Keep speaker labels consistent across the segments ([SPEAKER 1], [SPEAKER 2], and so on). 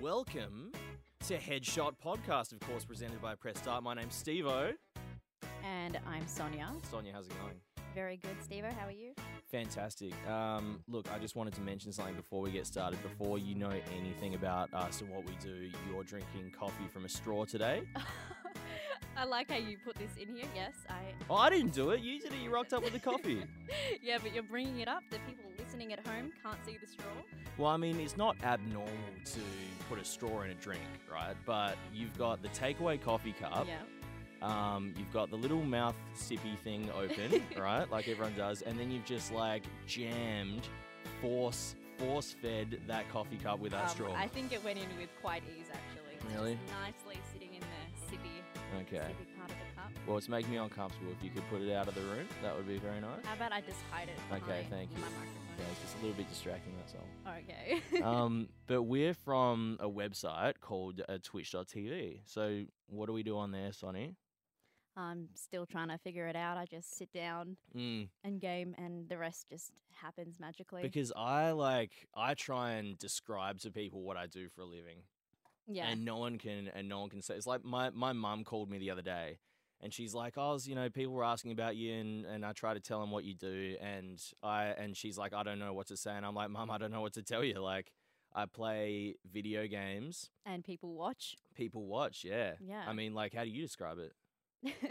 [SPEAKER 1] Welcome to Headshot Podcast, of course, presented by Press Start. My name's Steve O.
[SPEAKER 2] And I'm Sonia.
[SPEAKER 1] Sonia, how's it going?
[SPEAKER 2] Very good, Stevo. How are you?
[SPEAKER 1] Fantastic. Um, look, I just wanted to mention something before we get started. Before you know anything about us and what we do, you're drinking coffee from a straw today.
[SPEAKER 2] I like how you put this in here. Yes, I.
[SPEAKER 1] Oh, I didn't do it. You did it. You rocked up with the coffee.
[SPEAKER 2] Yeah, but you're bringing it up. The people listening at home can't see the straw.
[SPEAKER 1] well, I mean, it's not abnormal to put a straw in a drink, right? But you've got the takeaway coffee cup.
[SPEAKER 2] Yeah.
[SPEAKER 1] Um, you've got the little mouth sippy thing open, right? Like everyone does, and then you've just like jammed, force force fed that coffee cup with that
[SPEAKER 2] Um,
[SPEAKER 1] straw.
[SPEAKER 2] I think it went in with quite ease, actually. It's
[SPEAKER 1] Really?
[SPEAKER 2] Just nicely sitting in the sippy,
[SPEAKER 1] okay.
[SPEAKER 2] sippy part of the cup.
[SPEAKER 1] Well, it's making me uncomfortable. If you could put it out of the room, that would be very nice.
[SPEAKER 2] How about I just hide it?
[SPEAKER 1] Okay,
[SPEAKER 2] behind
[SPEAKER 1] thank you.
[SPEAKER 2] My
[SPEAKER 1] Yeah, it's just a little bit distracting. That's all.
[SPEAKER 2] microphone. Okay.
[SPEAKER 1] um, but we're from a website called uh, Twitch.tv. So what do we do on there, Sonny?
[SPEAKER 2] I'm still trying to figure it out. I just sit down
[SPEAKER 1] Mm.
[SPEAKER 2] and game, and the rest just happens magically.
[SPEAKER 1] Because I like I try and describe to people what I do for a living.
[SPEAKER 2] yeah.
[SPEAKER 1] And no one can and no one can say it's like my my mum called me the other day and she's like, I was, you know, people were asking about you and, and I try to tell them what you do and I and she's like, I don't know what to say and I'm like, Mum, I don't know what to tell you. Like I play video games,
[SPEAKER 2] and people watch.
[SPEAKER 1] people watch, yeah.
[SPEAKER 2] Yeah.
[SPEAKER 1] I mean, like, how do you describe it?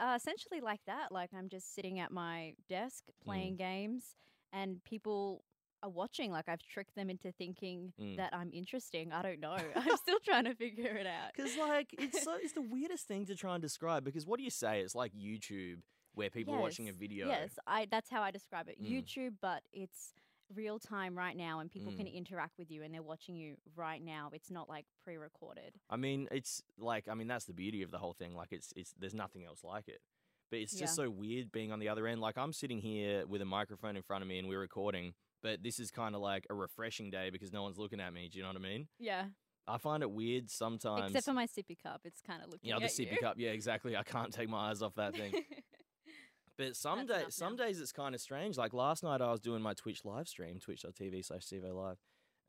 [SPEAKER 2] uh, essentially like that. Like I'm just sitting at my desk
[SPEAKER 1] Mm.
[SPEAKER 2] playing games, and people are watching. Like I've tricked them into thinking
[SPEAKER 1] Mm.
[SPEAKER 2] that I'm interesting. I don't know. I'm still trying to figure it out.
[SPEAKER 1] Because like it's so, it's the weirdest thing to try and describe because what do you say? It's like YouTube where people are watching a
[SPEAKER 2] Yes,
[SPEAKER 1] video.
[SPEAKER 2] Yes, I. That's how I describe it.
[SPEAKER 1] Mm.
[SPEAKER 2] YouTube, but it's real time right now, and people
[SPEAKER 1] Mm.
[SPEAKER 2] can interact with you, and they're watching you right now. It's not like pre-recorded.
[SPEAKER 1] I mean, it's like I mean that's the beauty of the whole thing. Like it's it's there's nothing else like it. But it's just so weird being on the other end. Like I'm sitting here with a microphone in front of me and we're recording, but this is kind of like a refreshing day because no one's looking at me. Do you know what I mean?
[SPEAKER 2] Yeah,
[SPEAKER 1] I find it weird sometimes.
[SPEAKER 2] except for my sippy cup. It's kind of looking.
[SPEAKER 1] you know, the
[SPEAKER 2] at
[SPEAKER 1] sippy cup. Yeah, exactly. I can't take my eyes off that thing. But some
[SPEAKER 2] That's
[SPEAKER 1] day,
[SPEAKER 2] enough
[SPEAKER 1] some
[SPEAKER 2] now.
[SPEAKER 1] days it's kind of strange. Like last night, I was doing my Twitch live stream, twitch.tv slash Sivo Live,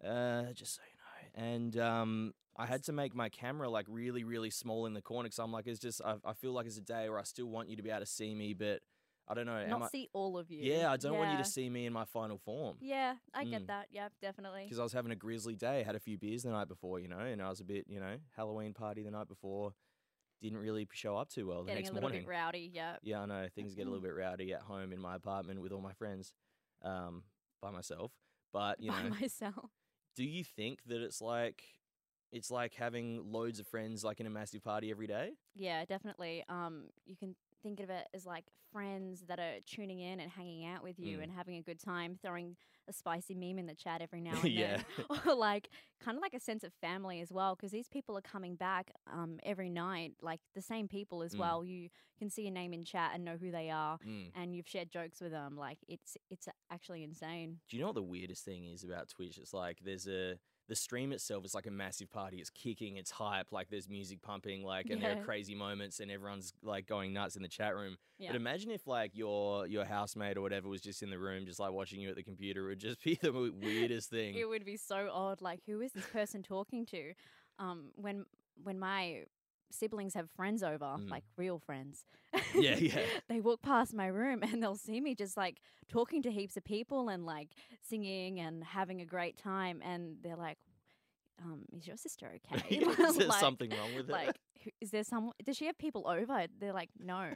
[SPEAKER 1] uh, just so you know. And um, I had to make my camera like really, really small in the corner because I'm like, it's just, I, I feel like it's a day where I still want you to be able to see me, but I don't know. am I-
[SPEAKER 2] Not see all of you.
[SPEAKER 1] yeah, I don't want you
[SPEAKER 2] Yeah.
[SPEAKER 1] to see me in my final form
[SPEAKER 2] Yeah, I
[SPEAKER 1] Mm.
[SPEAKER 2] get that. Yeah, definitely.
[SPEAKER 1] because I was having a grizzly day. Had a few beers the night before, you know, and I was a bit, you know, Halloween party the night before. Didn't really show up too well the
[SPEAKER 2] Getting
[SPEAKER 1] next
[SPEAKER 2] a little
[SPEAKER 1] morning.
[SPEAKER 2] bit rowdy. Yeah.
[SPEAKER 1] Yeah, I know. Things get a little bit rowdy at home in my apartment with all my friends, um, by myself. But you
[SPEAKER 2] by
[SPEAKER 1] know,
[SPEAKER 2] myself.
[SPEAKER 1] do you think that it's like it's like having loads of friends like in a massive party every day?
[SPEAKER 2] Yeah, definitely. Um, you can think of it as like friends that are tuning in and hanging out with you
[SPEAKER 1] Mm.
[SPEAKER 2] and having a good time, throwing a spicy meme in the chat every now and
[SPEAKER 1] Yeah.
[SPEAKER 2] then, or like kind of like a sense of family as well, because these people are coming back um every night, like the same people as
[SPEAKER 1] Mm.
[SPEAKER 2] well. You can see a name in chat and know who they are,
[SPEAKER 1] Mm.
[SPEAKER 2] and you've shared jokes with them. Like it's it's actually insane.
[SPEAKER 1] Do you know what the weirdest thing is about Twitch? It's like there's a the stream itself is like a massive party. It's kicking, it's hype, like there's music pumping, like and there are
[SPEAKER 2] Yeah.
[SPEAKER 1] crazy moments and everyone's like going nuts in the chat room.
[SPEAKER 2] Yeah.
[SPEAKER 1] But imagine if like your your housemate or whatever was just in the room just like watching you at the computer, it would just be the weirdest thing.
[SPEAKER 2] It would be so odd. Like, who is this person talking to? Um, when when my siblings have friends over,
[SPEAKER 1] Mm.
[SPEAKER 2] like real friends,
[SPEAKER 1] Yeah, yeah.
[SPEAKER 2] they walk past my room and they'll see me just like talking to heaps of people and like singing and having a great time, and they're like, um, "Is your sister okay?
[SPEAKER 1] is there
[SPEAKER 2] Like-
[SPEAKER 1] something wrong with it?
[SPEAKER 2] Like, who- is there some? Does she have people over? They're like, no,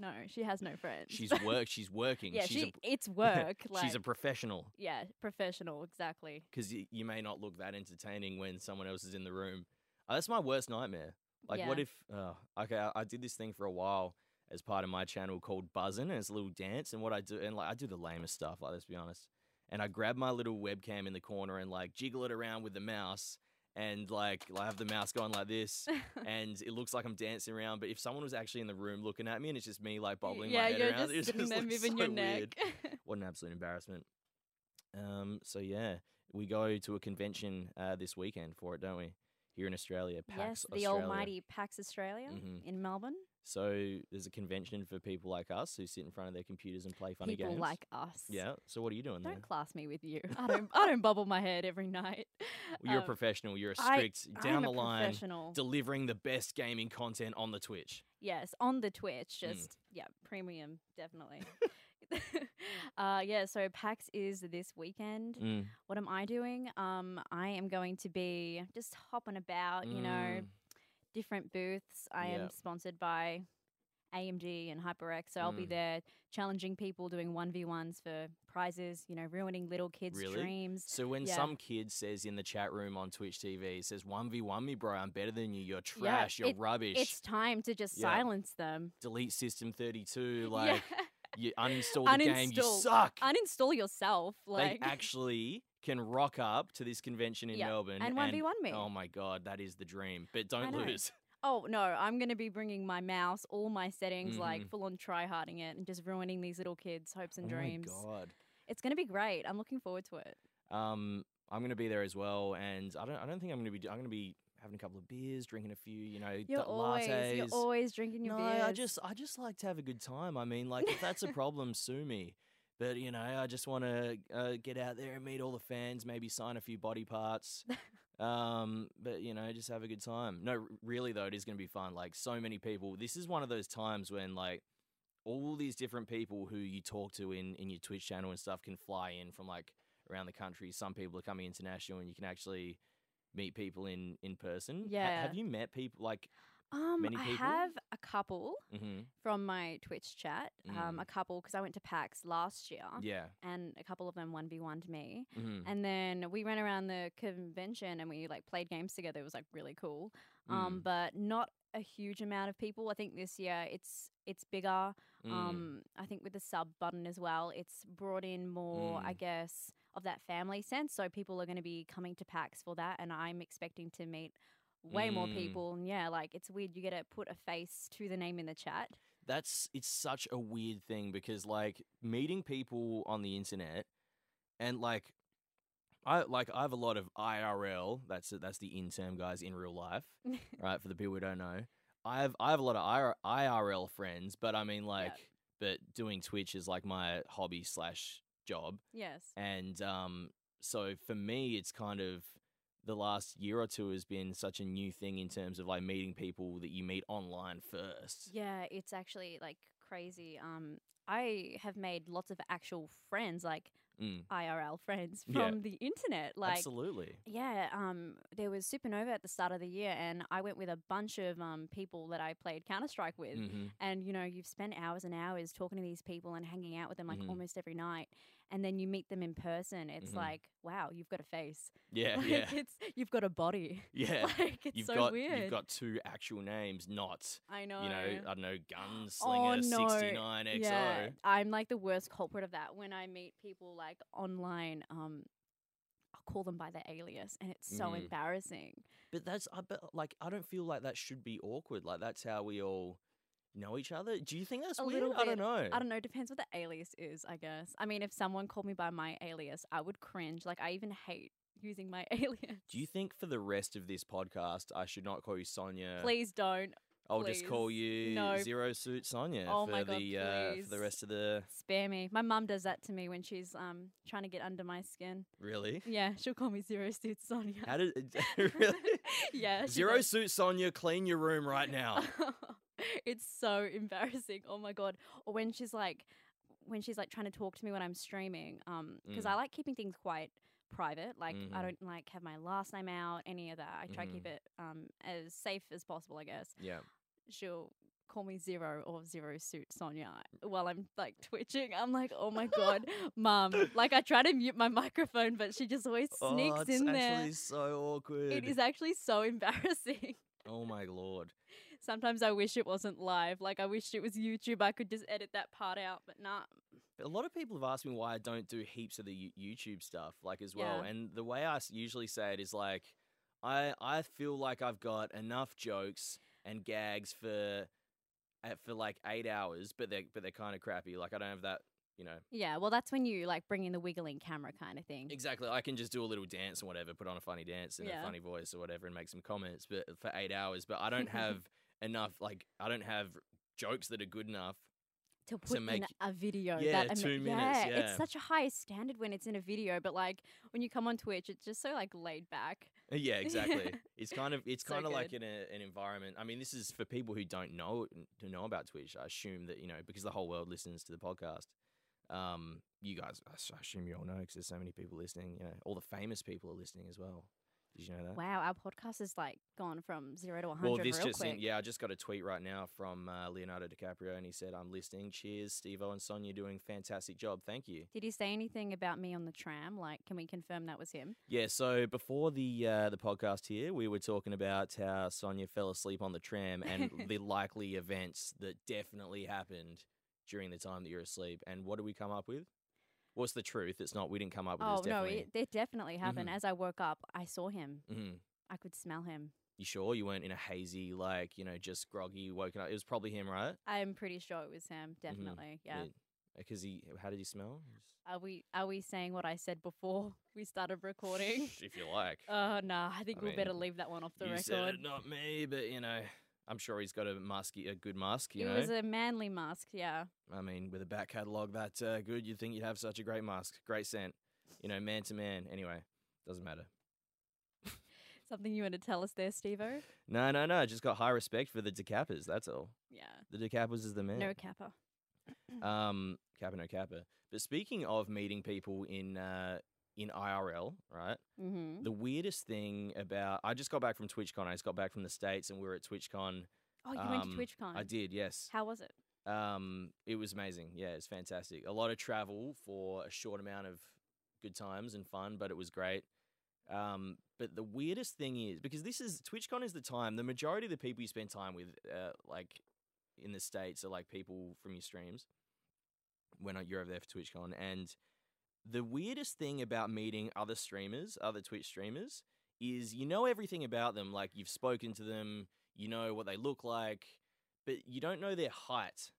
[SPEAKER 2] no, she has no friends.
[SPEAKER 1] she's work. She's working.
[SPEAKER 2] yeah,
[SPEAKER 1] she's
[SPEAKER 2] she,
[SPEAKER 1] a,
[SPEAKER 2] it's work. Like,
[SPEAKER 1] she's a professional.
[SPEAKER 2] yeah, professional, exactly.
[SPEAKER 1] Because you, you may not look that entertaining when someone else is in the room. Uh, that's my worst nightmare. Like, what
[SPEAKER 2] Yeah.
[SPEAKER 1] if? Uh, okay, I, I did this thing for a while as part of my channel called Buzzin', and it's a little dance. And what I do, and like I do the lamest stuff. Like, let's be honest. And I grab my little webcam in the corner and like jiggle it around with the mouse. And like, I have the mouse going like this, and it looks like I'm dancing around. But if someone was actually in the room looking at me, and it's just me like bobbling
[SPEAKER 2] yeah,
[SPEAKER 1] my head
[SPEAKER 2] you're
[SPEAKER 1] around,
[SPEAKER 2] just
[SPEAKER 1] it
[SPEAKER 2] sitting there
[SPEAKER 1] looks
[SPEAKER 2] moving
[SPEAKER 1] so
[SPEAKER 2] your
[SPEAKER 1] weird.
[SPEAKER 2] neck.
[SPEAKER 1] What an absolute embarrassment. Um, so yeah, we go to a convention uh, this weekend for it, don't we? Here in Australia, PAX
[SPEAKER 2] yes, the
[SPEAKER 1] Australia.
[SPEAKER 2] almighty PAX Australia
[SPEAKER 1] Mhm.
[SPEAKER 2] in Melbourne.
[SPEAKER 1] So there's a convention for people like us who sit in front of their computers and play funny
[SPEAKER 2] people
[SPEAKER 1] games.
[SPEAKER 2] like us.
[SPEAKER 1] yeah. So what are you doing
[SPEAKER 2] Don't
[SPEAKER 1] there?
[SPEAKER 2] class me with you. I don't. I don't bubble my head every night.
[SPEAKER 1] Well, you're a
[SPEAKER 2] um,
[SPEAKER 1] professional. You're a
[SPEAKER 2] I-
[SPEAKER 1] strict down
[SPEAKER 2] I'm
[SPEAKER 1] the
[SPEAKER 2] a
[SPEAKER 1] line
[SPEAKER 2] professional.
[SPEAKER 1] delivering the best gaming content on the Twitch.
[SPEAKER 2] Yes, on the Twitch,
[SPEAKER 1] Mm.
[SPEAKER 2] just yeah, premium definitely. uh, yeah, so PAX is this weekend.
[SPEAKER 1] Mm.
[SPEAKER 2] What am I doing? Um, I am going to be just hopping about, you know,
[SPEAKER 1] Mm.
[SPEAKER 2] different booths. I
[SPEAKER 1] Yeah.
[SPEAKER 2] am sponsored by AMD and HyperX, so I'll be
[SPEAKER 1] Mm.
[SPEAKER 2] there challenging people, doing one v ones for prizes. You know, ruining little kids'
[SPEAKER 1] Really?
[SPEAKER 2] dreams.
[SPEAKER 1] So when
[SPEAKER 2] yeah.
[SPEAKER 1] some kid says in the chat room on Twitch TV, he says one v one me, bro, I'm better than you. You're trash. you're
[SPEAKER 2] it-
[SPEAKER 1] rubbish.
[SPEAKER 2] It's time to just
[SPEAKER 1] Yeah.
[SPEAKER 2] silence them.
[SPEAKER 1] Delete System 32.
[SPEAKER 2] Yeah.
[SPEAKER 1] Like you uninstall the game. You
[SPEAKER 2] Uninstall.
[SPEAKER 1] suck.
[SPEAKER 2] Uninstall yourself. Like
[SPEAKER 1] they actually can rock up to this convention in
[SPEAKER 2] Yeah,
[SPEAKER 1] Melbourne
[SPEAKER 2] and 1v1 me.
[SPEAKER 1] Oh my god, that is the dream. But don't
[SPEAKER 2] know.
[SPEAKER 1] lose.
[SPEAKER 2] Oh no, I'm gonna be bringing my mouse, all my settings, like
[SPEAKER 1] Mhm.
[SPEAKER 2] full on tryharding it, and just ruining these little kids' hopes and
[SPEAKER 1] oh
[SPEAKER 2] dreams.
[SPEAKER 1] my
[SPEAKER 2] It's gonna be great. I'm looking forward to it.
[SPEAKER 1] god. Um, I'm gonna be there as well, and I don't. I don't think I'm gonna be. I'm gonna be having a couple of beers, drinking a few. You know,
[SPEAKER 2] You're
[SPEAKER 1] da-
[SPEAKER 2] always,
[SPEAKER 1] lattes.
[SPEAKER 2] you're always drinking your
[SPEAKER 1] no,
[SPEAKER 2] beers.
[SPEAKER 1] I just, I just like to have a good time. I mean, like if that's a problem, sue me. But you know, I just want to uh, get out there and meet all the fans, maybe sign a few body parts. Um, but you know, just have a good time. No, r- really though, it is going to be fun. Like so many people. This is one of those times when like all these different people who you talk to in in your Twitch channel and stuff can fly in from like around the country. Some people are coming international, and you can actually meet people in in person. Ha-
[SPEAKER 2] Yeah.
[SPEAKER 1] have you met people like?
[SPEAKER 2] um,
[SPEAKER 1] many
[SPEAKER 2] I
[SPEAKER 1] people?
[SPEAKER 2] have a couple
[SPEAKER 1] hmm
[SPEAKER 2] from my Twitch chat. Um,
[SPEAKER 1] Mm.
[SPEAKER 2] a couple because I went to PAX last year,
[SPEAKER 1] Yeah.
[SPEAKER 2] and a couple of them one v one to me.
[SPEAKER 1] hmm
[SPEAKER 2] And then we ran around the convention and we like played games together. It was like really cool.
[SPEAKER 1] Mm,
[SPEAKER 2] Um, but not a huge amount of people. I think this year it's it's bigger.
[SPEAKER 1] Mm,
[SPEAKER 2] Um, I think with the sub button as well, it's brought in more,
[SPEAKER 1] Mm.
[SPEAKER 2] I guess, of that family sense. So people are going to be coming to PAX for that, and I'm expecting to meet way more
[SPEAKER 1] Mm.
[SPEAKER 2] people. And yeah, like it's weird. You get to put a face to the name in the chat.
[SPEAKER 1] that's it's such a weird thing because like meeting people on the internet and like I like I have a lot of IRL. That's that's the in term guys in real life, right? For the people who don't know, I have I have a lot of IRL friends, but I mean like, but doing Twitch is like my hobby slash job.
[SPEAKER 2] Yes.
[SPEAKER 1] And um, so for me, it's kind of the last year or two has been such a new thing in terms of like meeting people that you meet online first.
[SPEAKER 2] Yeah, it's actually like crazy. Um, I have made lots of actual friends, like
[SPEAKER 1] Mm.
[SPEAKER 2] IRL friends
[SPEAKER 1] Yeah.
[SPEAKER 2] from the internet. Like,
[SPEAKER 1] Absolutely.
[SPEAKER 2] yeah, um, there was Supernova at the start of the year, and I went with a bunch of um people that I played Counter Strike with.
[SPEAKER 1] hmm
[SPEAKER 2] And you know, you've spent hours and hours talking to these people and hanging out with them like
[SPEAKER 1] Mhm.
[SPEAKER 2] almost every night, and then you meet them in person. It's
[SPEAKER 1] Mhm.
[SPEAKER 2] like, wow, you've got a face.
[SPEAKER 1] Yeah,
[SPEAKER 2] like,
[SPEAKER 1] yeah,
[SPEAKER 2] It's you've got a body.
[SPEAKER 1] yeah.
[SPEAKER 2] like it's
[SPEAKER 1] you've
[SPEAKER 2] so
[SPEAKER 1] got
[SPEAKER 2] weird.
[SPEAKER 1] you've got two actual names, not
[SPEAKER 2] I know.
[SPEAKER 1] you know I don't know
[SPEAKER 2] Oh,
[SPEAKER 1] gunslinger
[SPEAKER 2] no.
[SPEAKER 1] sixty nine XO.
[SPEAKER 2] Yeah, I'm like the worst culprit of that when I meet people like online. Um, I'll call them by their alias, and it's so
[SPEAKER 1] Mm.
[SPEAKER 2] embarrassing.
[SPEAKER 1] But that's I bet like I don't feel like that should be awkward. Like that's how we all know each other. Do you think that's
[SPEAKER 2] A
[SPEAKER 1] weird?
[SPEAKER 2] little
[SPEAKER 1] I don't
[SPEAKER 2] bit.
[SPEAKER 1] know.
[SPEAKER 2] I don't know. Depends what the alias is, I guess. I mean, if someone called me by my alias, I would cringe. Like, I even hate using my alias.
[SPEAKER 1] Do you think for the rest of this podcast I should not call you Sonia?
[SPEAKER 2] Please don't
[SPEAKER 1] I'll just call
[SPEAKER 2] please.
[SPEAKER 1] you
[SPEAKER 2] No.
[SPEAKER 1] Zero Suit Sonia
[SPEAKER 2] Oh
[SPEAKER 1] for
[SPEAKER 2] my God,
[SPEAKER 1] the uh, for the
[SPEAKER 2] please.
[SPEAKER 1] rest of the
[SPEAKER 2] spare me. My mum does that to me when she's um trying to get under my skin.
[SPEAKER 1] really.
[SPEAKER 2] Yeah, she'll call me Zero Suit Sonia.
[SPEAKER 1] How did really?
[SPEAKER 2] yeah, she
[SPEAKER 1] Zero
[SPEAKER 2] does.
[SPEAKER 1] Suit Sonia, clean your room right now.
[SPEAKER 2] it's so embarrassing. Oh my god. Or when she's like when she's like trying to talk to me when I'm streaming um because
[SPEAKER 1] Mm.
[SPEAKER 2] I like keeping things quite private. Like
[SPEAKER 1] Mhm.
[SPEAKER 2] I don't like have my last name out, any of that. I try to keep
[SPEAKER 1] Mm-hmm.
[SPEAKER 2] it um as safe as possible, I guess.
[SPEAKER 1] yeah.
[SPEAKER 2] She'll call me Zero or Zero Suit Sonia while I'm like twitching. I'm like, "Oh my god, mom." Like I try to mute my microphone, but she just always sneaks
[SPEAKER 1] oh, it's
[SPEAKER 2] in
[SPEAKER 1] actually
[SPEAKER 2] there.
[SPEAKER 1] so awkward.
[SPEAKER 2] It is actually so embarrassing.
[SPEAKER 1] Oh my lord.
[SPEAKER 2] Sometimes I wish it wasn't live. Like I wish it was YouTube. I could just edit that part out, but nah.
[SPEAKER 1] But a lot of people have asked me why I don't do heaps of the Yo- YouTube stuff, like as well.
[SPEAKER 2] Yeah.
[SPEAKER 1] And the way I s- usually say it is like, I I feel like I've got enough jokes and gags for uh, for like eight hours, but they're but they're kind of crappy. Like I don't have that, you know.
[SPEAKER 2] Yeah, well, that's when you like bring in the wiggling camera kind of thing.
[SPEAKER 1] Exactly. I can just do a little dance or whatever, put on a funny dance and a
[SPEAKER 2] Yeah.
[SPEAKER 1] funny voice or whatever, and make some comments, but for eight hours. But I don't have enough. Like I don't have jokes that are good enough.
[SPEAKER 2] to put
[SPEAKER 1] make-
[SPEAKER 2] in a video.
[SPEAKER 1] Yeah,
[SPEAKER 2] that ama-
[SPEAKER 1] two minutes, yeah.
[SPEAKER 2] it's such a high standard when it's in a video, but like when you come on Twitch, it's just so like laid back.
[SPEAKER 1] Uh, Yeah, exactly. it's kind of it's
[SPEAKER 2] So
[SPEAKER 1] kind of like in
[SPEAKER 2] good.
[SPEAKER 1] a, an environment. I mean, this is for people who don't know to know about Twitch. I assume that you know because the whole world listens to the podcast. Um, you guys, I s- I assume you all know because there's so many people listening. You know, all the famous people are listening as well. Did you know that?
[SPEAKER 2] Wow, our podcast has like gone from zero to one hundred
[SPEAKER 1] Well, this
[SPEAKER 2] real
[SPEAKER 1] just
[SPEAKER 2] quick.
[SPEAKER 1] in, yeah, I just got a tweet right now from uh, Leonardo DiCaprio, and he said, "I'm listening. Cheers, Steve-O and Sonia, doing fantastic job. Thank you."
[SPEAKER 2] Did he say anything about me on the tram? Like, can we confirm that was him?
[SPEAKER 1] Yeah, so before the uh, the podcast here, we were talking about how Sonia fell asleep on the tram and the likely events that definitely happened during the time that you're asleep. And what did we come up with? What's the truth? It's not. We didn't come up with.
[SPEAKER 2] oh
[SPEAKER 1] this,
[SPEAKER 2] no,
[SPEAKER 1] definitely. Mm-hmm.
[SPEAKER 2] it, it definitely happened. As I woke up, I saw him.
[SPEAKER 1] Mhm.
[SPEAKER 2] I could smell him.
[SPEAKER 1] You sure you weren't in a hazy, like you know, just groggy, woken up? It was probably him, right?
[SPEAKER 2] I'm pretty sure it was him.
[SPEAKER 1] Mm-hmm.
[SPEAKER 2] Definitely, yeah.
[SPEAKER 1] Because he, how did he smell?
[SPEAKER 2] Are we are we saying what I said before we started recording?
[SPEAKER 1] if you like.
[SPEAKER 2] Oh nah, I think we better
[SPEAKER 1] mean,
[SPEAKER 2] leave that one off the
[SPEAKER 1] you
[SPEAKER 2] record.
[SPEAKER 1] said it, not me. But you know, I'm sure he's got a musky, a good mask. You
[SPEAKER 2] it
[SPEAKER 1] know,
[SPEAKER 2] was a manly mask, yeah.
[SPEAKER 1] I mean, with a back catalogue that uh, good, you'd think you'd have such a great mask, great scent. You know, man to man. Anyway, doesn't matter.
[SPEAKER 2] Something you want to tell us there, Stevo?
[SPEAKER 1] No, no, no. Just got high respect for the Decappers. That's all.
[SPEAKER 2] Yeah.
[SPEAKER 1] The Decappers is the man.
[SPEAKER 2] No kappa.
[SPEAKER 1] Um, Kappa no Kappa. But speaking of meeting people in uh, in IRL, right?
[SPEAKER 2] Mm-hmm.
[SPEAKER 1] The weirdest thing about I just got back from TwitchCon. I just got back from the states, and we were at TwitchCon.
[SPEAKER 2] Oh, you went to
[SPEAKER 1] um,
[SPEAKER 2] TwitchCon.
[SPEAKER 1] I did, yes.
[SPEAKER 2] How was it?
[SPEAKER 1] Um, it was amazing. Yeah, it's fantastic. A lot of travel for a short amount of good times and fun, but it was great. Um, but the weirdest thing is because this is TwitchCon is the time the majority of the people you spend time with, uh, like in the states, are like people from your streams when uh, you're over there for TwitchCon. And the weirdest thing about meeting other streamers, other Twitch streamers, is you know everything about them. Like you've spoken to them, you know what they look like, but you don't know their height.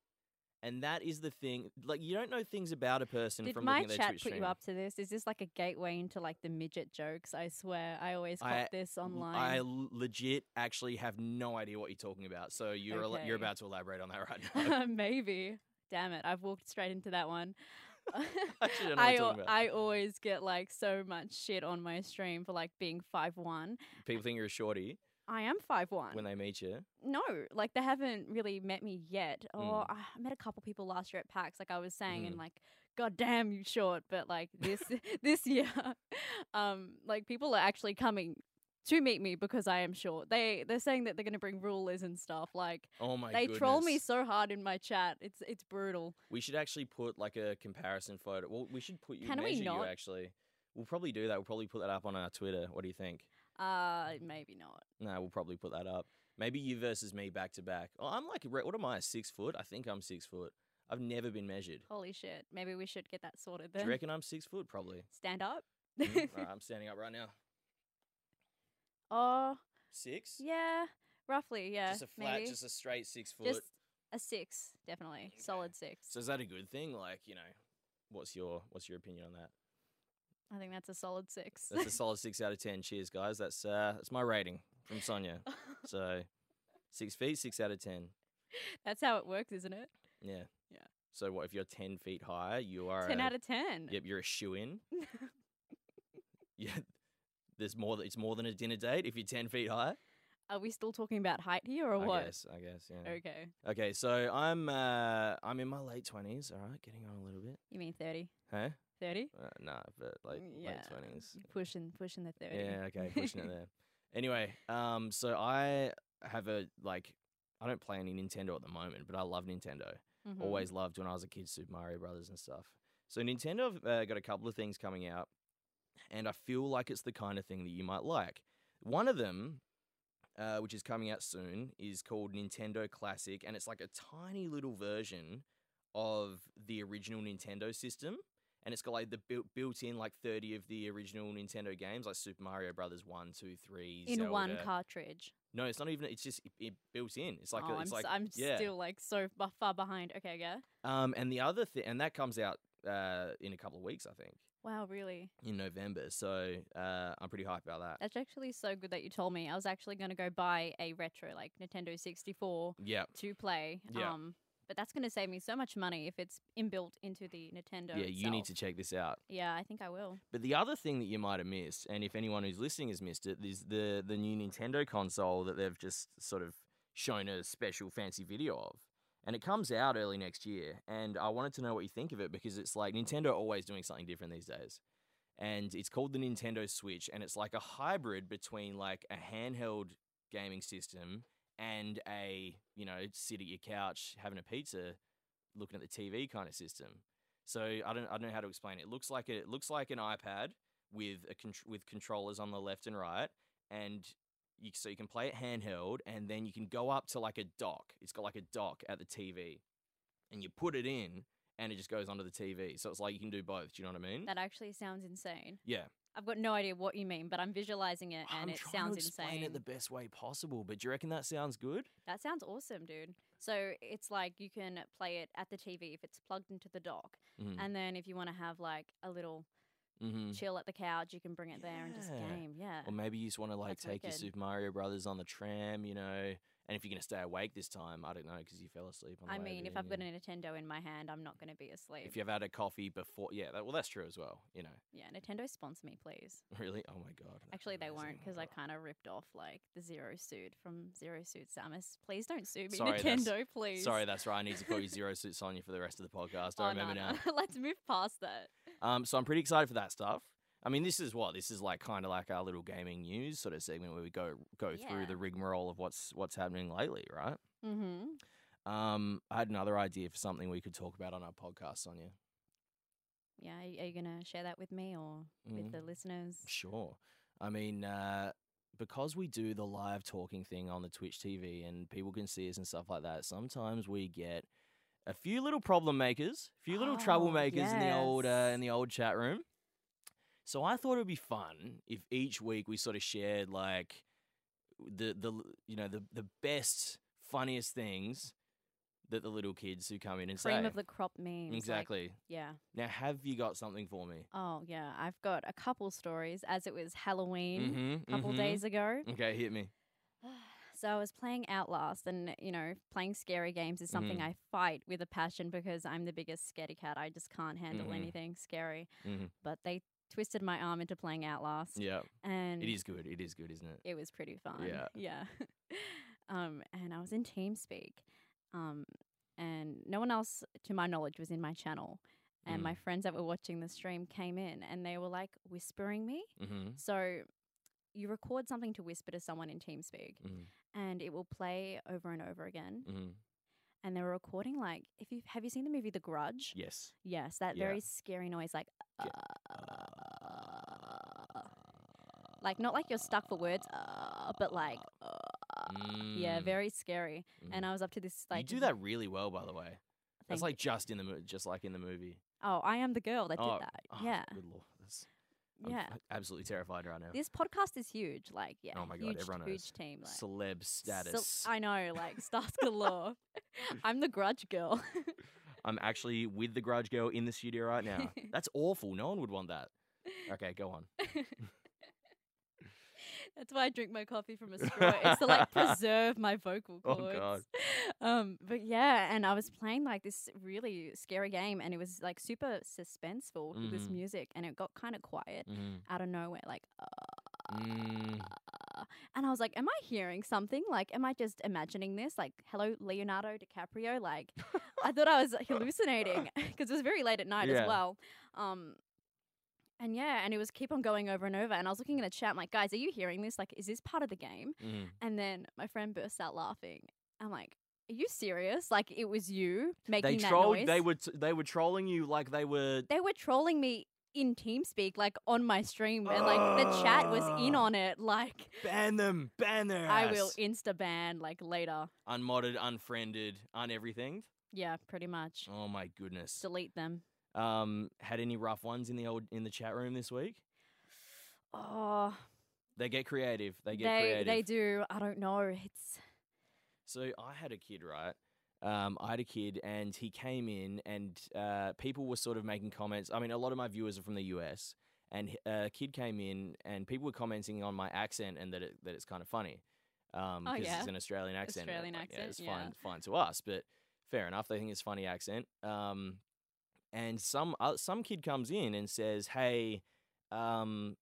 [SPEAKER 1] And that is the thing. Like you don't know things about a person
[SPEAKER 2] Did
[SPEAKER 1] from
[SPEAKER 2] my
[SPEAKER 1] looking at their
[SPEAKER 2] chat put
[SPEAKER 1] Twitch stream.
[SPEAKER 2] you up to this? Is this like a gateway into like the midget jokes? I swear, I always cop
[SPEAKER 1] I-
[SPEAKER 2] this
[SPEAKER 1] L-
[SPEAKER 2] online.
[SPEAKER 1] I l- legit actually have no idea what you're talking about. So you're al- you're
[SPEAKER 2] Okay.
[SPEAKER 1] about to elaborate on that right now.
[SPEAKER 2] Maybe. Damn it, I've walked straight into that one.
[SPEAKER 1] I actually don't know what
[SPEAKER 2] I,
[SPEAKER 1] you're
[SPEAKER 2] al-
[SPEAKER 1] talking about.
[SPEAKER 2] I always get like so much shit on my stream for like being five one.
[SPEAKER 1] People think you're a shorty
[SPEAKER 2] I am five one.
[SPEAKER 1] when they meet you.
[SPEAKER 2] no, like they haven't really met me yet. Or
[SPEAKER 1] Hmm.
[SPEAKER 2] I I met a couple people last year at PAX, like I was saying, and like, God damn, you short. But like this this year, um, like people are actually coming to meet me because I am short. They they're saying that they're gonna bring rulers and stuff. Like
[SPEAKER 1] Oh my
[SPEAKER 2] they
[SPEAKER 1] goodness.
[SPEAKER 2] troll me so hard in my chat. It's it's brutal.
[SPEAKER 1] We should actually put like a comparison photo. Well, we should put you
[SPEAKER 2] Can we
[SPEAKER 1] measure you
[SPEAKER 2] not?
[SPEAKER 1] actually. We'll probably do that. We'll probably put that up on our Twitter. What do you think?
[SPEAKER 2] Uh,
[SPEAKER 1] Mm-hmm.
[SPEAKER 2] maybe not.
[SPEAKER 1] No, we'll probably put that up. Maybe you versus me back to back. Oh, I'm like, re- what am I? Six foot? I think I'm six foot. I've never been measured.
[SPEAKER 2] Holy shit. Maybe we should get that sorted
[SPEAKER 1] Do
[SPEAKER 2] then.
[SPEAKER 1] you reckon I'm six foot? Probably.
[SPEAKER 2] Stand up.
[SPEAKER 1] Mm, all right, I'm standing up right now.
[SPEAKER 2] Oh,
[SPEAKER 1] Six?
[SPEAKER 2] yeah, roughly, yeah.
[SPEAKER 1] Just a flat,
[SPEAKER 2] maybe.
[SPEAKER 1] just a straight six foot.
[SPEAKER 2] Just a six, definitely. Solid six.
[SPEAKER 1] So is that a good thing? Like, you know, what's your what's your opinion on that?
[SPEAKER 2] I think that's a solid six.
[SPEAKER 1] That's a solid six out of ten. Cheers, guys. That's uh that's my rating from Sonia. So six feet, six out of ten.
[SPEAKER 2] that's how it works, isn't it?
[SPEAKER 1] Yeah.
[SPEAKER 2] Yeah.
[SPEAKER 1] So what if you're ten feet higher, you are
[SPEAKER 2] ten
[SPEAKER 1] a,
[SPEAKER 2] out of ten.
[SPEAKER 1] Yep, you're a shoe in. yeah. There's more th- it's more than a dinner date if you're ten feet higher.
[SPEAKER 2] Are we still talking about height here or
[SPEAKER 1] I
[SPEAKER 2] what?
[SPEAKER 1] guess, I guess, yeah.
[SPEAKER 2] Okay.
[SPEAKER 1] Okay, so I'm uh I'm in my late twenties, all right, getting on a little bit.
[SPEAKER 2] You mean thirty?
[SPEAKER 1] Huh?
[SPEAKER 2] Thirty?
[SPEAKER 1] Uh, nah, but like
[SPEAKER 2] Yeah.
[SPEAKER 1] late twenties.
[SPEAKER 2] Pushing pushing the thirty.
[SPEAKER 1] Yeah, okay, pushing it there. Anyway, um, so I have a like, I don't play any Nintendo at the moment, but I love Nintendo.
[SPEAKER 2] Mhm.
[SPEAKER 1] Always loved when I was a kid, Super Mario Brothers and stuff. So Nintendo have uh, got a couple of things coming out, and I feel like it's the kind of thing that you might like. One of them, uh, which is coming out soon, is called Nintendo Classic, and it's like a tiny little version of the original Nintendo system and it's got like the built built in like 30 of the original Nintendo games like Super Mario Brothers 1 2 3
[SPEAKER 2] in one
[SPEAKER 1] Zelda.
[SPEAKER 2] cartridge.
[SPEAKER 1] No, it's not even it's just it, it built in. It's like
[SPEAKER 2] oh,
[SPEAKER 1] a, it's
[SPEAKER 2] I'm,
[SPEAKER 1] like
[SPEAKER 2] s- I'm
[SPEAKER 1] yeah.
[SPEAKER 2] still like so bu- far behind. Okay, yeah.
[SPEAKER 1] um and the other thing and that comes out uh in a couple of weeks I think.
[SPEAKER 2] Wow, really?
[SPEAKER 1] in November. So uh, I'm pretty hyped about that.
[SPEAKER 2] That's actually so good that you told me. I was actually going to go buy a retro like Nintendo 64
[SPEAKER 1] yeah.
[SPEAKER 2] to play.
[SPEAKER 1] Yeah.
[SPEAKER 2] Um, but that's going to save me so much money if it's inbuilt into the Nintendo.
[SPEAKER 1] Yeah, you need to
[SPEAKER 2] itself.
[SPEAKER 1] check this out.
[SPEAKER 2] Yeah, I think I will.
[SPEAKER 1] But the other thing that you might have missed, and if anyone who's listening has missed it, is the the new Nintendo console that they've just sort of shown a special fancy video of. And it comes out early next year, and I wanted to know what you think of it because it's like Nintendo are always doing something different these days. And it's called the Nintendo Switch, and it's like a hybrid between like a handheld gaming system and a, you know, sit at your couch having a pizza looking at the TV kind of system. So I don't I don't know how to explain it. It looks like a, it looks like an iPad with a con- with controllers on the left and right, and you, so you can play it handheld, and then you can go up to like a dock. It's got like a dock at the TV, and you put it in, and it just goes onto the TV. So it's like you can do both. Do you know what I mean?
[SPEAKER 2] That actually sounds insane.
[SPEAKER 1] yeah,
[SPEAKER 2] I've got no idea what you mean, but I'm visualizing it and
[SPEAKER 1] I'm
[SPEAKER 2] it
[SPEAKER 1] trying
[SPEAKER 2] sounds
[SPEAKER 1] to explain
[SPEAKER 2] insane.
[SPEAKER 1] it the best way possible. But do you reckon that sounds good?
[SPEAKER 2] That sounds awesome, dude. So it's like you can play it at the TV if it's plugged into the dock.
[SPEAKER 1] Mhm.
[SPEAKER 2] And then if you want to have like a little
[SPEAKER 1] Mm-hmm.
[SPEAKER 2] chill at the couch, you can bring it there and just
[SPEAKER 1] Yeah.
[SPEAKER 2] game. Yeah.
[SPEAKER 1] Or maybe you just want to like
[SPEAKER 2] That's
[SPEAKER 1] take your
[SPEAKER 2] wicked.
[SPEAKER 1] Super Mario Brothers on the tram, you know. And if you're gonna stay awake this time, I don't know, because you fell asleep. On the
[SPEAKER 2] I
[SPEAKER 1] way
[SPEAKER 2] mean,
[SPEAKER 1] there,
[SPEAKER 2] if I've
[SPEAKER 1] you
[SPEAKER 2] got a
[SPEAKER 1] know.
[SPEAKER 2] Nintendo in my hand, I'm not going to be asleep.
[SPEAKER 1] if you've had a coffee before, yeah, that, well, that's true as well. You know,
[SPEAKER 2] yeah, Nintendo sponsor me, please.
[SPEAKER 1] really. Oh my god. that's
[SPEAKER 2] Actually, they
[SPEAKER 1] amazing.
[SPEAKER 2] won't because I kind of ripped off like the Zero suit from Zero Suit Samus. Please don't sue me,
[SPEAKER 1] Sorry, that's-
[SPEAKER 2] Nintendo. Please.
[SPEAKER 1] Sorry, that's right. I need to call you Zero Suit Sonya for the rest of the podcast. I
[SPEAKER 2] Oh, no,
[SPEAKER 1] remember now.
[SPEAKER 2] no. Let's move past that.
[SPEAKER 1] Um, so I'm pretty excited for that stuff. I mean, this is what this is like, kind of like our little gaming news sort of segment where we go go through
[SPEAKER 2] Yeah.
[SPEAKER 1] the rigmarole of what's what's happening lately, right?
[SPEAKER 2] Mm-hmm.
[SPEAKER 1] Um, I had another idea for something we could talk about on our podcast, Sonia.
[SPEAKER 2] Yeah, are you, are you gonna share that with me or with
[SPEAKER 1] Mhm.
[SPEAKER 2] the listeners?
[SPEAKER 1] Sure. I mean, uh, because we do the live talking thing on the Twitch TV and people can see us and stuff like that, sometimes we get a few little problem makers, a few little
[SPEAKER 2] Oh,
[SPEAKER 1] troublemakers in the old uh,
[SPEAKER 2] yes.
[SPEAKER 1] in the old chat room. So I thought it would be fun if each week we sort of shared like the the you know the the best funniest things that the little kids who come in and
[SPEAKER 2] Cream
[SPEAKER 1] say
[SPEAKER 2] of the crop memes. like-
[SPEAKER 1] exactly.
[SPEAKER 2] yeah.
[SPEAKER 1] now, have you got something for me?
[SPEAKER 2] Oh yeah, I've got a couple stories as it was Halloween
[SPEAKER 1] Mm-hmm,
[SPEAKER 2] a couple days ago.
[SPEAKER 1] Okay, hit me.
[SPEAKER 2] So I was playing Outlast, and you know, playing scary games is something
[SPEAKER 1] Mm-hmm.
[SPEAKER 2] I fight with a passion because I'm the biggest scaredy cat. I just can't handle
[SPEAKER 1] Mhm.
[SPEAKER 2] anything scary.
[SPEAKER 1] Mhm.
[SPEAKER 2] But they twisted my arm into playing Outlast,
[SPEAKER 1] Yeah.
[SPEAKER 2] and
[SPEAKER 1] It is good. It is good, isn't it?
[SPEAKER 2] it was pretty fun.
[SPEAKER 1] Yeah.
[SPEAKER 2] Yeah. um, and I was in TeamSpeak. Um, and no one else, to my knowledge, was in my channel. And
[SPEAKER 1] Mm.
[SPEAKER 2] my friends that were watching the stream came in and they were like whispering me.
[SPEAKER 1] Mm-hmm.
[SPEAKER 2] So you record something to whisper to someone in TeamSpeak
[SPEAKER 1] Mhm.
[SPEAKER 2] and it will play over and over again.
[SPEAKER 1] Mm-hmm.
[SPEAKER 2] And they were recording like if you have you seen the movie The Grudge?
[SPEAKER 1] Yes.
[SPEAKER 2] Yes, that
[SPEAKER 1] Yeah.
[SPEAKER 2] very scary noise like
[SPEAKER 1] Yeah.
[SPEAKER 2] uh, like not like you're stuck for words, uh, but like uh, yeah,
[SPEAKER 1] Mm.
[SPEAKER 2] very scary. And
[SPEAKER 1] Mm.
[SPEAKER 2] I was up to this like
[SPEAKER 1] you do that really well, by the way. That's
[SPEAKER 2] thank-
[SPEAKER 1] like just in the mo- just like in the movie.
[SPEAKER 2] oh, I am the girl that
[SPEAKER 1] oh,
[SPEAKER 2] did that.
[SPEAKER 1] oh,
[SPEAKER 2] yeah,
[SPEAKER 1] Good lord, that's, I'm
[SPEAKER 2] yeah.
[SPEAKER 1] f- absolutely terrified right now.
[SPEAKER 2] This podcast is huge. Like yeah,
[SPEAKER 1] Oh my God,
[SPEAKER 2] huge,
[SPEAKER 1] everyone
[SPEAKER 2] huge
[SPEAKER 1] knows.
[SPEAKER 2] team. Like,
[SPEAKER 1] Celeb status.
[SPEAKER 2] I know, like stars galore. I'm the Grudge girl.
[SPEAKER 1] I'm actually with the Grudge Girl in the studio right now. That's awful. No one would want that. Okay, go on.
[SPEAKER 2] That's why I drink my coffee from a straw. It's to like preserve my vocal
[SPEAKER 1] Oh,
[SPEAKER 2] cords.
[SPEAKER 1] God.
[SPEAKER 2] Um, but yeah, and I was playing like this really scary game, and it was like super suspenseful with this
[SPEAKER 1] Mhm.
[SPEAKER 2] music, and it got kind of quiet
[SPEAKER 1] Mm.
[SPEAKER 2] out of nowhere. Like, Uh,
[SPEAKER 1] Mm.
[SPEAKER 2] and I was like, "Am I hearing something? Like, am I just imagining this? Like, hello, Leonardo DiCaprio? Like, I thought I was hallucinating because it was very late at night
[SPEAKER 1] Yeah.
[SPEAKER 2] as well." Um, and yeah, and it was keep on going over and over. And I was looking in the chat, I'm like, "Guys, are you hearing this? Like, is this part of the game?"
[SPEAKER 1] Mm.
[SPEAKER 2] And then my friend bursts out laughing. I'm like, "Are you serious? Like, it was you
[SPEAKER 1] They
[SPEAKER 2] making that
[SPEAKER 1] trolled.
[SPEAKER 2] noise?"
[SPEAKER 1] They were t- they were trolling you like they were
[SPEAKER 2] they were trolling me in TeamSpeak, like on my stream, and like the chat was in
[SPEAKER 1] Ugh.
[SPEAKER 2] on it. Like,
[SPEAKER 1] Ban them, ban their
[SPEAKER 2] I
[SPEAKER 1] ass.
[SPEAKER 2] will insta ban like later.
[SPEAKER 1] Unmodded, unfriended, uneverything.
[SPEAKER 2] Yeah, pretty much.
[SPEAKER 1] Oh my goodness.
[SPEAKER 2] Delete them.
[SPEAKER 1] Um, had any rough ones in the old in the chat room this week?
[SPEAKER 2] Oh,
[SPEAKER 1] They get creative. They
[SPEAKER 2] they
[SPEAKER 1] get
[SPEAKER 2] they,
[SPEAKER 1] creative.
[SPEAKER 2] do. I don't know. It's
[SPEAKER 1] So I had a kid, right? um, I had a kid and he came in and uh, people were sort of making comments. I mean, a lot of my viewers are from the US and h- a kid came in and people were commenting on my accent and that, it, that it's kind of funny because
[SPEAKER 2] Oh, yeah.
[SPEAKER 1] it's an Australian accent. and I'm
[SPEAKER 2] Australian
[SPEAKER 1] like, yeah,
[SPEAKER 2] accent,
[SPEAKER 1] it's
[SPEAKER 2] yeah.
[SPEAKER 1] fine, fine to us, but fair enough. They think it's funny accent. Um, and some uh, some kid comes in and says, "Hey, um,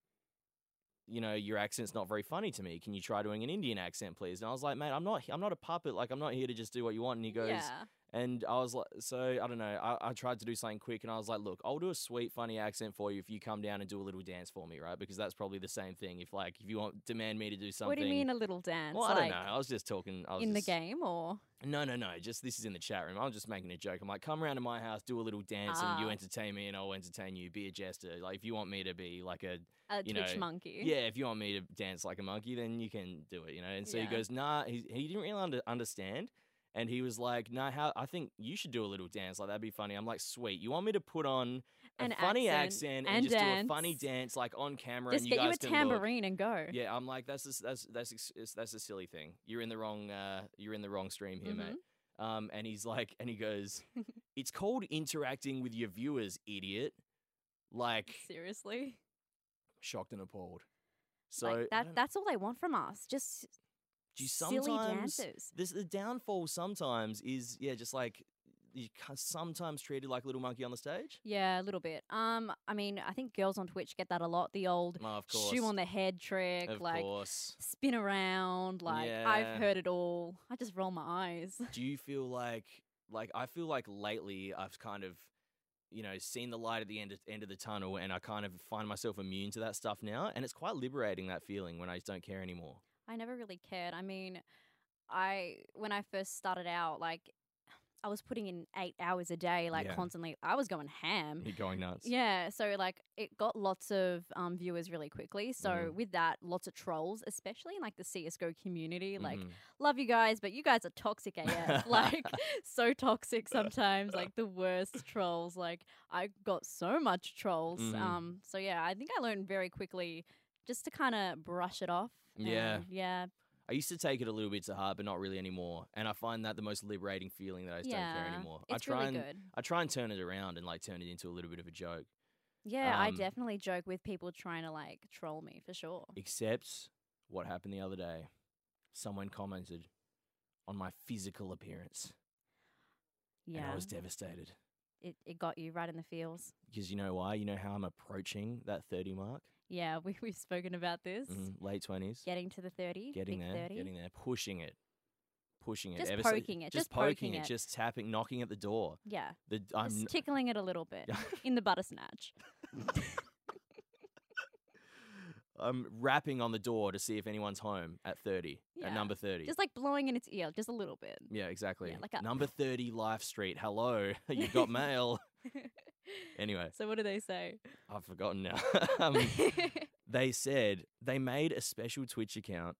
[SPEAKER 1] you know, your accent's not very funny to me. Can you try doing an Indian accent, please?" And I was like, "Mate, I'm not I'm not a puppet. Like, I'm not here to just do what you want." And he goes,
[SPEAKER 2] yeah.
[SPEAKER 1] and I was like, so I don't know. I, I tried to do something quick, and I was like, look, I'll do a sweet, funny accent for you if you come down and do a little dance for me, right? Because that's probably the same thing. If like, if you want demand me to do something,
[SPEAKER 2] What do you mean a little dance?
[SPEAKER 1] Well, I don't
[SPEAKER 2] like
[SPEAKER 1] know. I was just talking. I was
[SPEAKER 2] in
[SPEAKER 1] just-
[SPEAKER 2] the game or
[SPEAKER 1] No, no, no. Just this is in the chat room. I'm just making a joke. I'm like, come round to my house, do a little dance, and you
[SPEAKER 2] Ah.
[SPEAKER 1] entertain me, and I'll entertain you. Be a jester. Like, if you want me to be like a
[SPEAKER 2] a
[SPEAKER 1] You
[SPEAKER 2] Twitch
[SPEAKER 1] know,
[SPEAKER 2] monkey?
[SPEAKER 1] yeah, if you want me to dance like a monkey, then you can do it, you know. And so
[SPEAKER 2] Yeah.
[SPEAKER 1] he goes, nah, he, he didn't really under, understand. And he was like, nah, how, I think you should do a little dance. Like, that'd be funny. I'm like, sweet. You want me to put on a
[SPEAKER 2] An
[SPEAKER 1] funny accent,
[SPEAKER 2] accent
[SPEAKER 1] and,
[SPEAKER 2] and
[SPEAKER 1] just do a funny
[SPEAKER 2] dance.
[SPEAKER 1] dance, like on camera?
[SPEAKER 2] Just
[SPEAKER 1] and you
[SPEAKER 2] get you
[SPEAKER 1] guys
[SPEAKER 2] a
[SPEAKER 1] can look."
[SPEAKER 2] tambourine and go.
[SPEAKER 1] Yeah, I'm like, that's a, that's that's ex- it's- that's a silly thing. You're in the wrong uh, you're in the wrong stream here, mate.
[SPEAKER 2] Mm-hmm.
[SPEAKER 1] Um, and he's like, and he goes, it's called interacting with your viewers, idiot. Like
[SPEAKER 2] Seriously.
[SPEAKER 1] shocked and appalled. So
[SPEAKER 2] Like,
[SPEAKER 1] I
[SPEAKER 2] that
[SPEAKER 1] don't-
[SPEAKER 2] that's all they want from us. Just
[SPEAKER 1] Do you
[SPEAKER 2] silly
[SPEAKER 1] sometimes-
[SPEAKER 2] dances.
[SPEAKER 1] This the downfall sometimes is yeah, just like you ca- sometimes treated like a little monkey on the stage.
[SPEAKER 2] Yeah, a little bit. Um, I mean, I think girls on Twitch get that a lot. The old
[SPEAKER 1] Oh, of course,
[SPEAKER 2] shoe on the head trick,
[SPEAKER 1] of
[SPEAKER 2] like
[SPEAKER 1] course.
[SPEAKER 2] spin around. Like
[SPEAKER 1] Yeah.
[SPEAKER 2] I've heard it all. I just roll my eyes.
[SPEAKER 1] Do you feel like like I feel like lately I've kind of you know seen the light at the end of, end of the tunnel, and I kind of find myself immune to that stuff now, and it's quite liberating that feeling when I just don't care anymore.
[SPEAKER 2] I never really cared. I mean, I when I first started out, like I was putting in eight hours a day, like
[SPEAKER 1] Yeah.
[SPEAKER 2] constantly. I was going ham.
[SPEAKER 1] You're going nuts.
[SPEAKER 2] Mm. Yeah, so like it got lots of um, viewers really quickly. So
[SPEAKER 1] Mhm.
[SPEAKER 2] with that, lots of trolls, especially in like the CS:GO community. Like,
[SPEAKER 1] Mhm.
[SPEAKER 2] love you guys, but you guys are toxic AF. like, so toxic sometimes. Like the worst trolls. Like I got so much trolls.
[SPEAKER 1] Mhm.
[SPEAKER 2] Um, so yeah, I think I learned very quickly just to kind of brush it off.
[SPEAKER 1] Yeah.
[SPEAKER 2] and, yeah,
[SPEAKER 1] I used to take it a little bit to heart, but not really anymore. And I find that the most liberating feeling that I just don't care
[SPEAKER 2] Yeah,
[SPEAKER 1] anymore. I
[SPEAKER 2] it's
[SPEAKER 1] try
[SPEAKER 2] really
[SPEAKER 1] and
[SPEAKER 2] good.
[SPEAKER 1] I try and turn it around and like turn it into a little bit of a joke.
[SPEAKER 2] Yeah, I
[SPEAKER 1] um,
[SPEAKER 2] definitely joke with people trying to like troll me for sure.
[SPEAKER 1] Except what happened the other day. Someone commented on my physical appearance. And
[SPEAKER 2] Yeah,
[SPEAKER 1] I was devastated.
[SPEAKER 2] it it got you right in the feels.
[SPEAKER 1] Because you know why? You know how I'm approaching that 30 mark?
[SPEAKER 2] Yeah, we, we've spoken about this.
[SPEAKER 1] Mhm, Late 20s.
[SPEAKER 2] Getting to the 30.
[SPEAKER 1] getting
[SPEAKER 2] big
[SPEAKER 1] there.
[SPEAKER 2] 30.
[SPEAKER 1] Getting there. Pushing it. Pushing it.
[SPEAKER 2] Just
[SPEAKER 1] ever so-
[SPEAKER 2] poking it,
[SPEAKER 1] Just,
[SPEAKER 2] just poking
[SPEAKER 1] poking it,
[SPEAKER 2] it.
[SPEAKER 1] Just tapping, knocking at the door.
[SPEAKER 2] yeah,
[SPEAKER 1] The, I'm,
[SPEAKER 2] just
[SPEAKER 1] n-
[SPEAKER 2] tickling it a little bit in the butter snatch.
[SPEAKER 1] I'm rapping on the door to see if anyone's home at 30.
[SPEAKER 2] Yeah.
[SPEAKER 1] At number 30.
[SPEAKER 2] Just like blowing in its ear, just a little bit.
[SPEAKER 1] yeah, exactly.
[SPEAKER 2] like a-
[SPEAKER 1] Number 30 Life Street. Hello. You've got mail. Anyway,
[SPEAKER 2] so what do they say?
[SPEAKER 1] I've forgotten now. um, they said they made a special Twitch account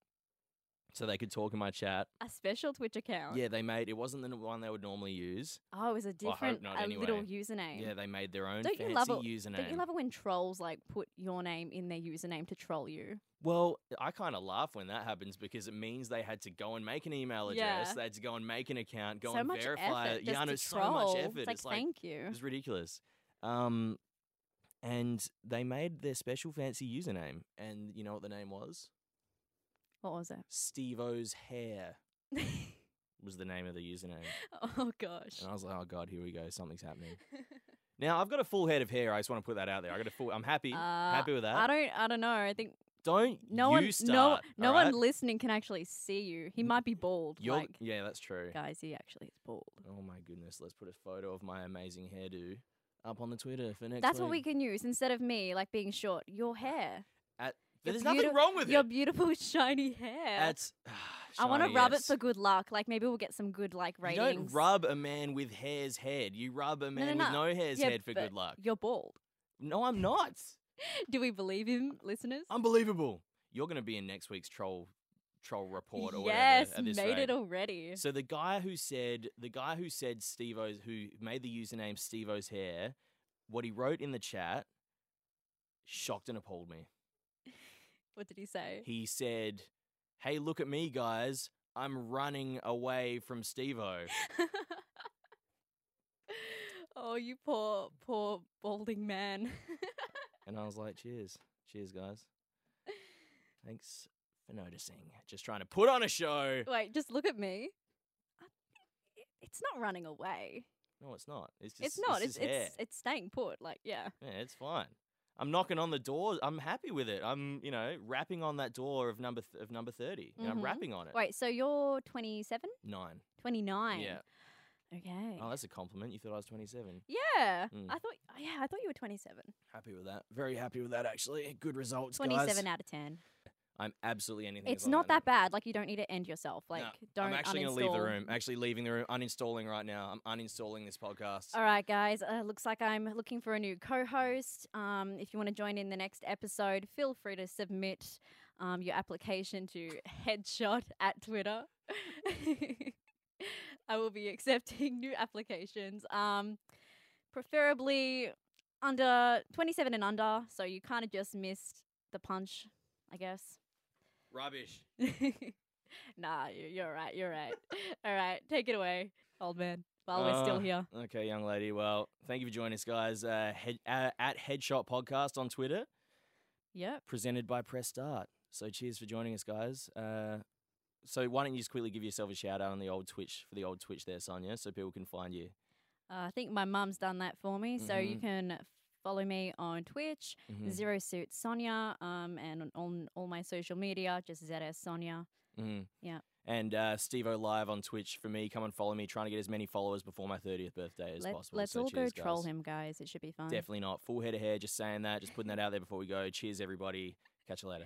[SPEAKER 1] so they could talk in my chat.
[SPEAKER 2] a special Twitch account.
[SPEAKER 1] Yeah, they made it wasn't the one they would normally use.
[SPEAKER 2] Oh, it was a
[SPEAKER 1] Well, I hope
[SPEAKER 2] different,
[SPEAKER 1] not
[SPEAKER 2] a little
[SPEAKER 1] anyway.
[SPEAKER 2] username.
[SPEAKER 1] Yeah, they made their own
[SPEAKER 2] Don't
[SPEAKER 1] fancy
[SPEAKER 2] you love
[SPEAKER 1] username.
[SPEAKER 2] Don't you love it when trolls like put your name in their username to troll you?
[SPEAKER 1] well, I kind of laugh when that happens because it means they had to go and make an email address.
[SPEAKER 2] Yeah.
[SPEAKER 1] They had to go and make an account, go
[SPEAKER 2] so
[SPEAKER 1] and
[SPEAKER 2] much
[SPEAKER 1] verify
[SPEAKER 2] effort
[SPEAKER 1] it.
[SPEAKER 2] just
[SPEAKER 1] yeah, I know
[SPEAKER 2] to
[SPEAKER 1] so much
[SPEAKER 2] troll.
[SPEAKER 1] effort.
[SPEAKER 2] It's like, thank
[SPEAKER 1] it
[SPEAKER 2] you.
[SPEAKER 1] was ridiculous. Um, and they made their special fancy username, and you know what the name was?
[SPEAKER 2] What was it?
[SPEAKER 1] Steve O's hair was the name of the username.
[SPEAKER 2] oh gosh.
[SPEAKER 1] And I was like, oh god, here we go, something's happening. Now I've got a full head of hair. I just want to put that out there. I got a full. I'm happy.
[SPEAKER 2] Uh,
[SPEAKER 1] happy with that.
[SPEAKER 2] I don't. I don't know. I think
[SPEAKER 1] don't
[SPEAKER 2] no
[SPEAKER 1] you
[SPEAKER 2] one,
[SPEAKER 1] start.
[SPEAKER 2] no, no
[SPEAKER 1] all right?
[SPEAKER 2] one listening can actually see you. He might be bald.
[SPEAKER 1] You're,
[SPEAKER 2] like,
[SPEAKER 1] yeah, that's true.
[SPEAKER 2] guys, he actually is bald.
[SPEAKER 1] Oh my goodness, let's put a photo of my amazing hairdo up on the Twitter for next.
[SPEAKER 2] That's
[SPEAKER 1] week.
[SPEAKER 2] what we can use instead of me like being short. Your hair, your
[SPEAKER 1] There's nothing
[SPEAKER 2] beauti-
[SPEAKER 1] wrong with
[SPEAKER 2] your
[SPEAKER 1] it.
[SPEAKER 2] beautiful shiny hair.
[SPEAKER 1] That's.
[SPEAKER 2] I want to rub
[SPEAKER 1] yes.
[SPEAKER 2] it for good luck. Like maybe we'll get some good like
[SPEAKER 1] You
[SPEAKER 2] ratings.
[SPEAKER 1] don't rub a man with hair's head. You rub a man
[SPEAKER 2] no.
[SPEAKER 1] with no hair's
[SPEAKER 2] Yeah,
[SPEAKER 1] head for
[SPEAKER 2] but
[SPEAKER 1] good luck.
[SPEAKER 2] You're bald.
[SPEAKER 1] No, I'm not.
[SPEAKER 2] Do we believe him, listeners?
[SPEAKER 1] Unbelievable. You're going to be in next week's troll troll report or
[SPEAKER 2] yes,
[SPEAKER 1] whatever. at this
[SPEAKER 2] made
[SPEAKER 1] rate.
[SPEAKER 2] it already.
[SPEAKER 1] So the guy who said the guy who said Stevo's who made the username Stevo's hair, what he wrote in the chat shocked and appalled me.
[SPEAKER 2] What did he say?
[SPEAKER 1] He said, "Hey, look at me, guys. I'm running away from Stevo.
[SPEAKER 2] oh, you poor, poor balding man.
[SPEAKER 1] and I was like, cheers. Cheers, guys. Thanks for noticing. Just trying to put on a show.
[SPEAKER 2] Wait, just look at me. I- It's not running away.
[SPEAKER 1] No, it's not. It's just
[SPEAKER 2] It's, not.
[SPEAKER 1] It's,
[SPEAKER 2] It's
[SPEAKER 1] his hair.
[SPEAKER 2] it's, it's staying put. Like yeah.
[SPEAKER 1] Yeah, it's fine. I'm knocking on the door. I'm happy with it. I'm, you know, rapping on that door of number th- of number 30 You know, I'm
[SPEAKER 2] Mhm.
[SPEAKER 1] rapping on it.
[SPEAKER 2] Wait, so you're 27,
[SPEAKER 1] Nine.
[SPEAKER 2] 29.
[SPEAKER 1] Uh, Yeah.
[SPEAKER 2] Okay.
[SPEAKER 1] Oh, that's a compliment. You thought I was 27.
[SPEAKER 2] yeah.
[SPEAKER 1] Mm.
[SPEAKER 2] I thought yeah, I thought you were 27.
[SPEAKER 1] Happy with that. Very happy with that. Actually, good results,
[SPEAKER 2] 27
[SPEAKER 1] guys.
[SPEAKER 2] out of 10.
[SPEAKER 1] I'm absolutely anything.
[SPEAKER 2] It's
[SPEAKER 1] but
[SPEAKER 2] not that
[SPEAKER 1] unhappy.
[SPEAKER 2] bad. Like you don't need to end yourself. Like don't
[SPEAKER 1] I'm actually
[SPEAKER 2] uninstall.
[SPEAKER 1] gonna leave the room. Actually, leaving the room. Uninstalling right now. I'm uninstalling this podcast.
[SPEAKER 2] All right, guys. Uh, looks like I'm looking for a new co-host. Um, if you want to join in the next episode, feel free to submit um, your application to headshot at Twitter. I will be accepting new applications, um, preferably under 27 and under. So you kind of just missed the punch, I guess.
[SPEAKER 1] Rubbish.
[SPEAKER 2] nah, you- you're right. You're right. All right, take it away, old man. While we're
[SPEAKER 1] Uh,
[SPEAKER 2] still here.
[SPEAKER 1] Okay, young lady. Well, thank you for joining us, guys. Uh, head, uh, at Headshot Podcast on Twitter.
[SPEAKER 2] Yep.
[SPEAKER 1] presented by Press Start. So cheers for joining us, guys. Uh, so why don't you just quickly give yourself a shout out on the old Twitch for the old Twitch there, Sonia, so people can find you.
[SPEAKER 2] Uh, I think my mum's done that for me, so you
[SPEAKER 1] Mhm.
[SPEAKER 2] can follow me on Twitch,
[SPEAKER 1] Mhm.
[SPEAKER 2] Zero Suit Sonia, um, and on, on all my social media, just ZS Sonia.
[SPEAKER 1] Mhm.
[SPEAKER 2] Yeah.
[SPEAKER 1] And uh, Steve O Live on Twitch for me. Come and follow me. Trying to get as many followers before my 30th birthday as
[SPEAKER 2] Let,
[SPEAKER 1] possible.
[SPEAKER 2] let's
[SPEAKER 1] so
[SPEAKER 2] all go
[SPEAKER 1] cheers,
[SPEAKER 2] troll
[SPEAKER 1] guys.
[SPEAKER 2] him, guys. It should be fun.
[SPEAKER 1] Definitely not. Full head of hair. Just saying that. Just putting that out there before we go. Cheers, everybody. Catch you later.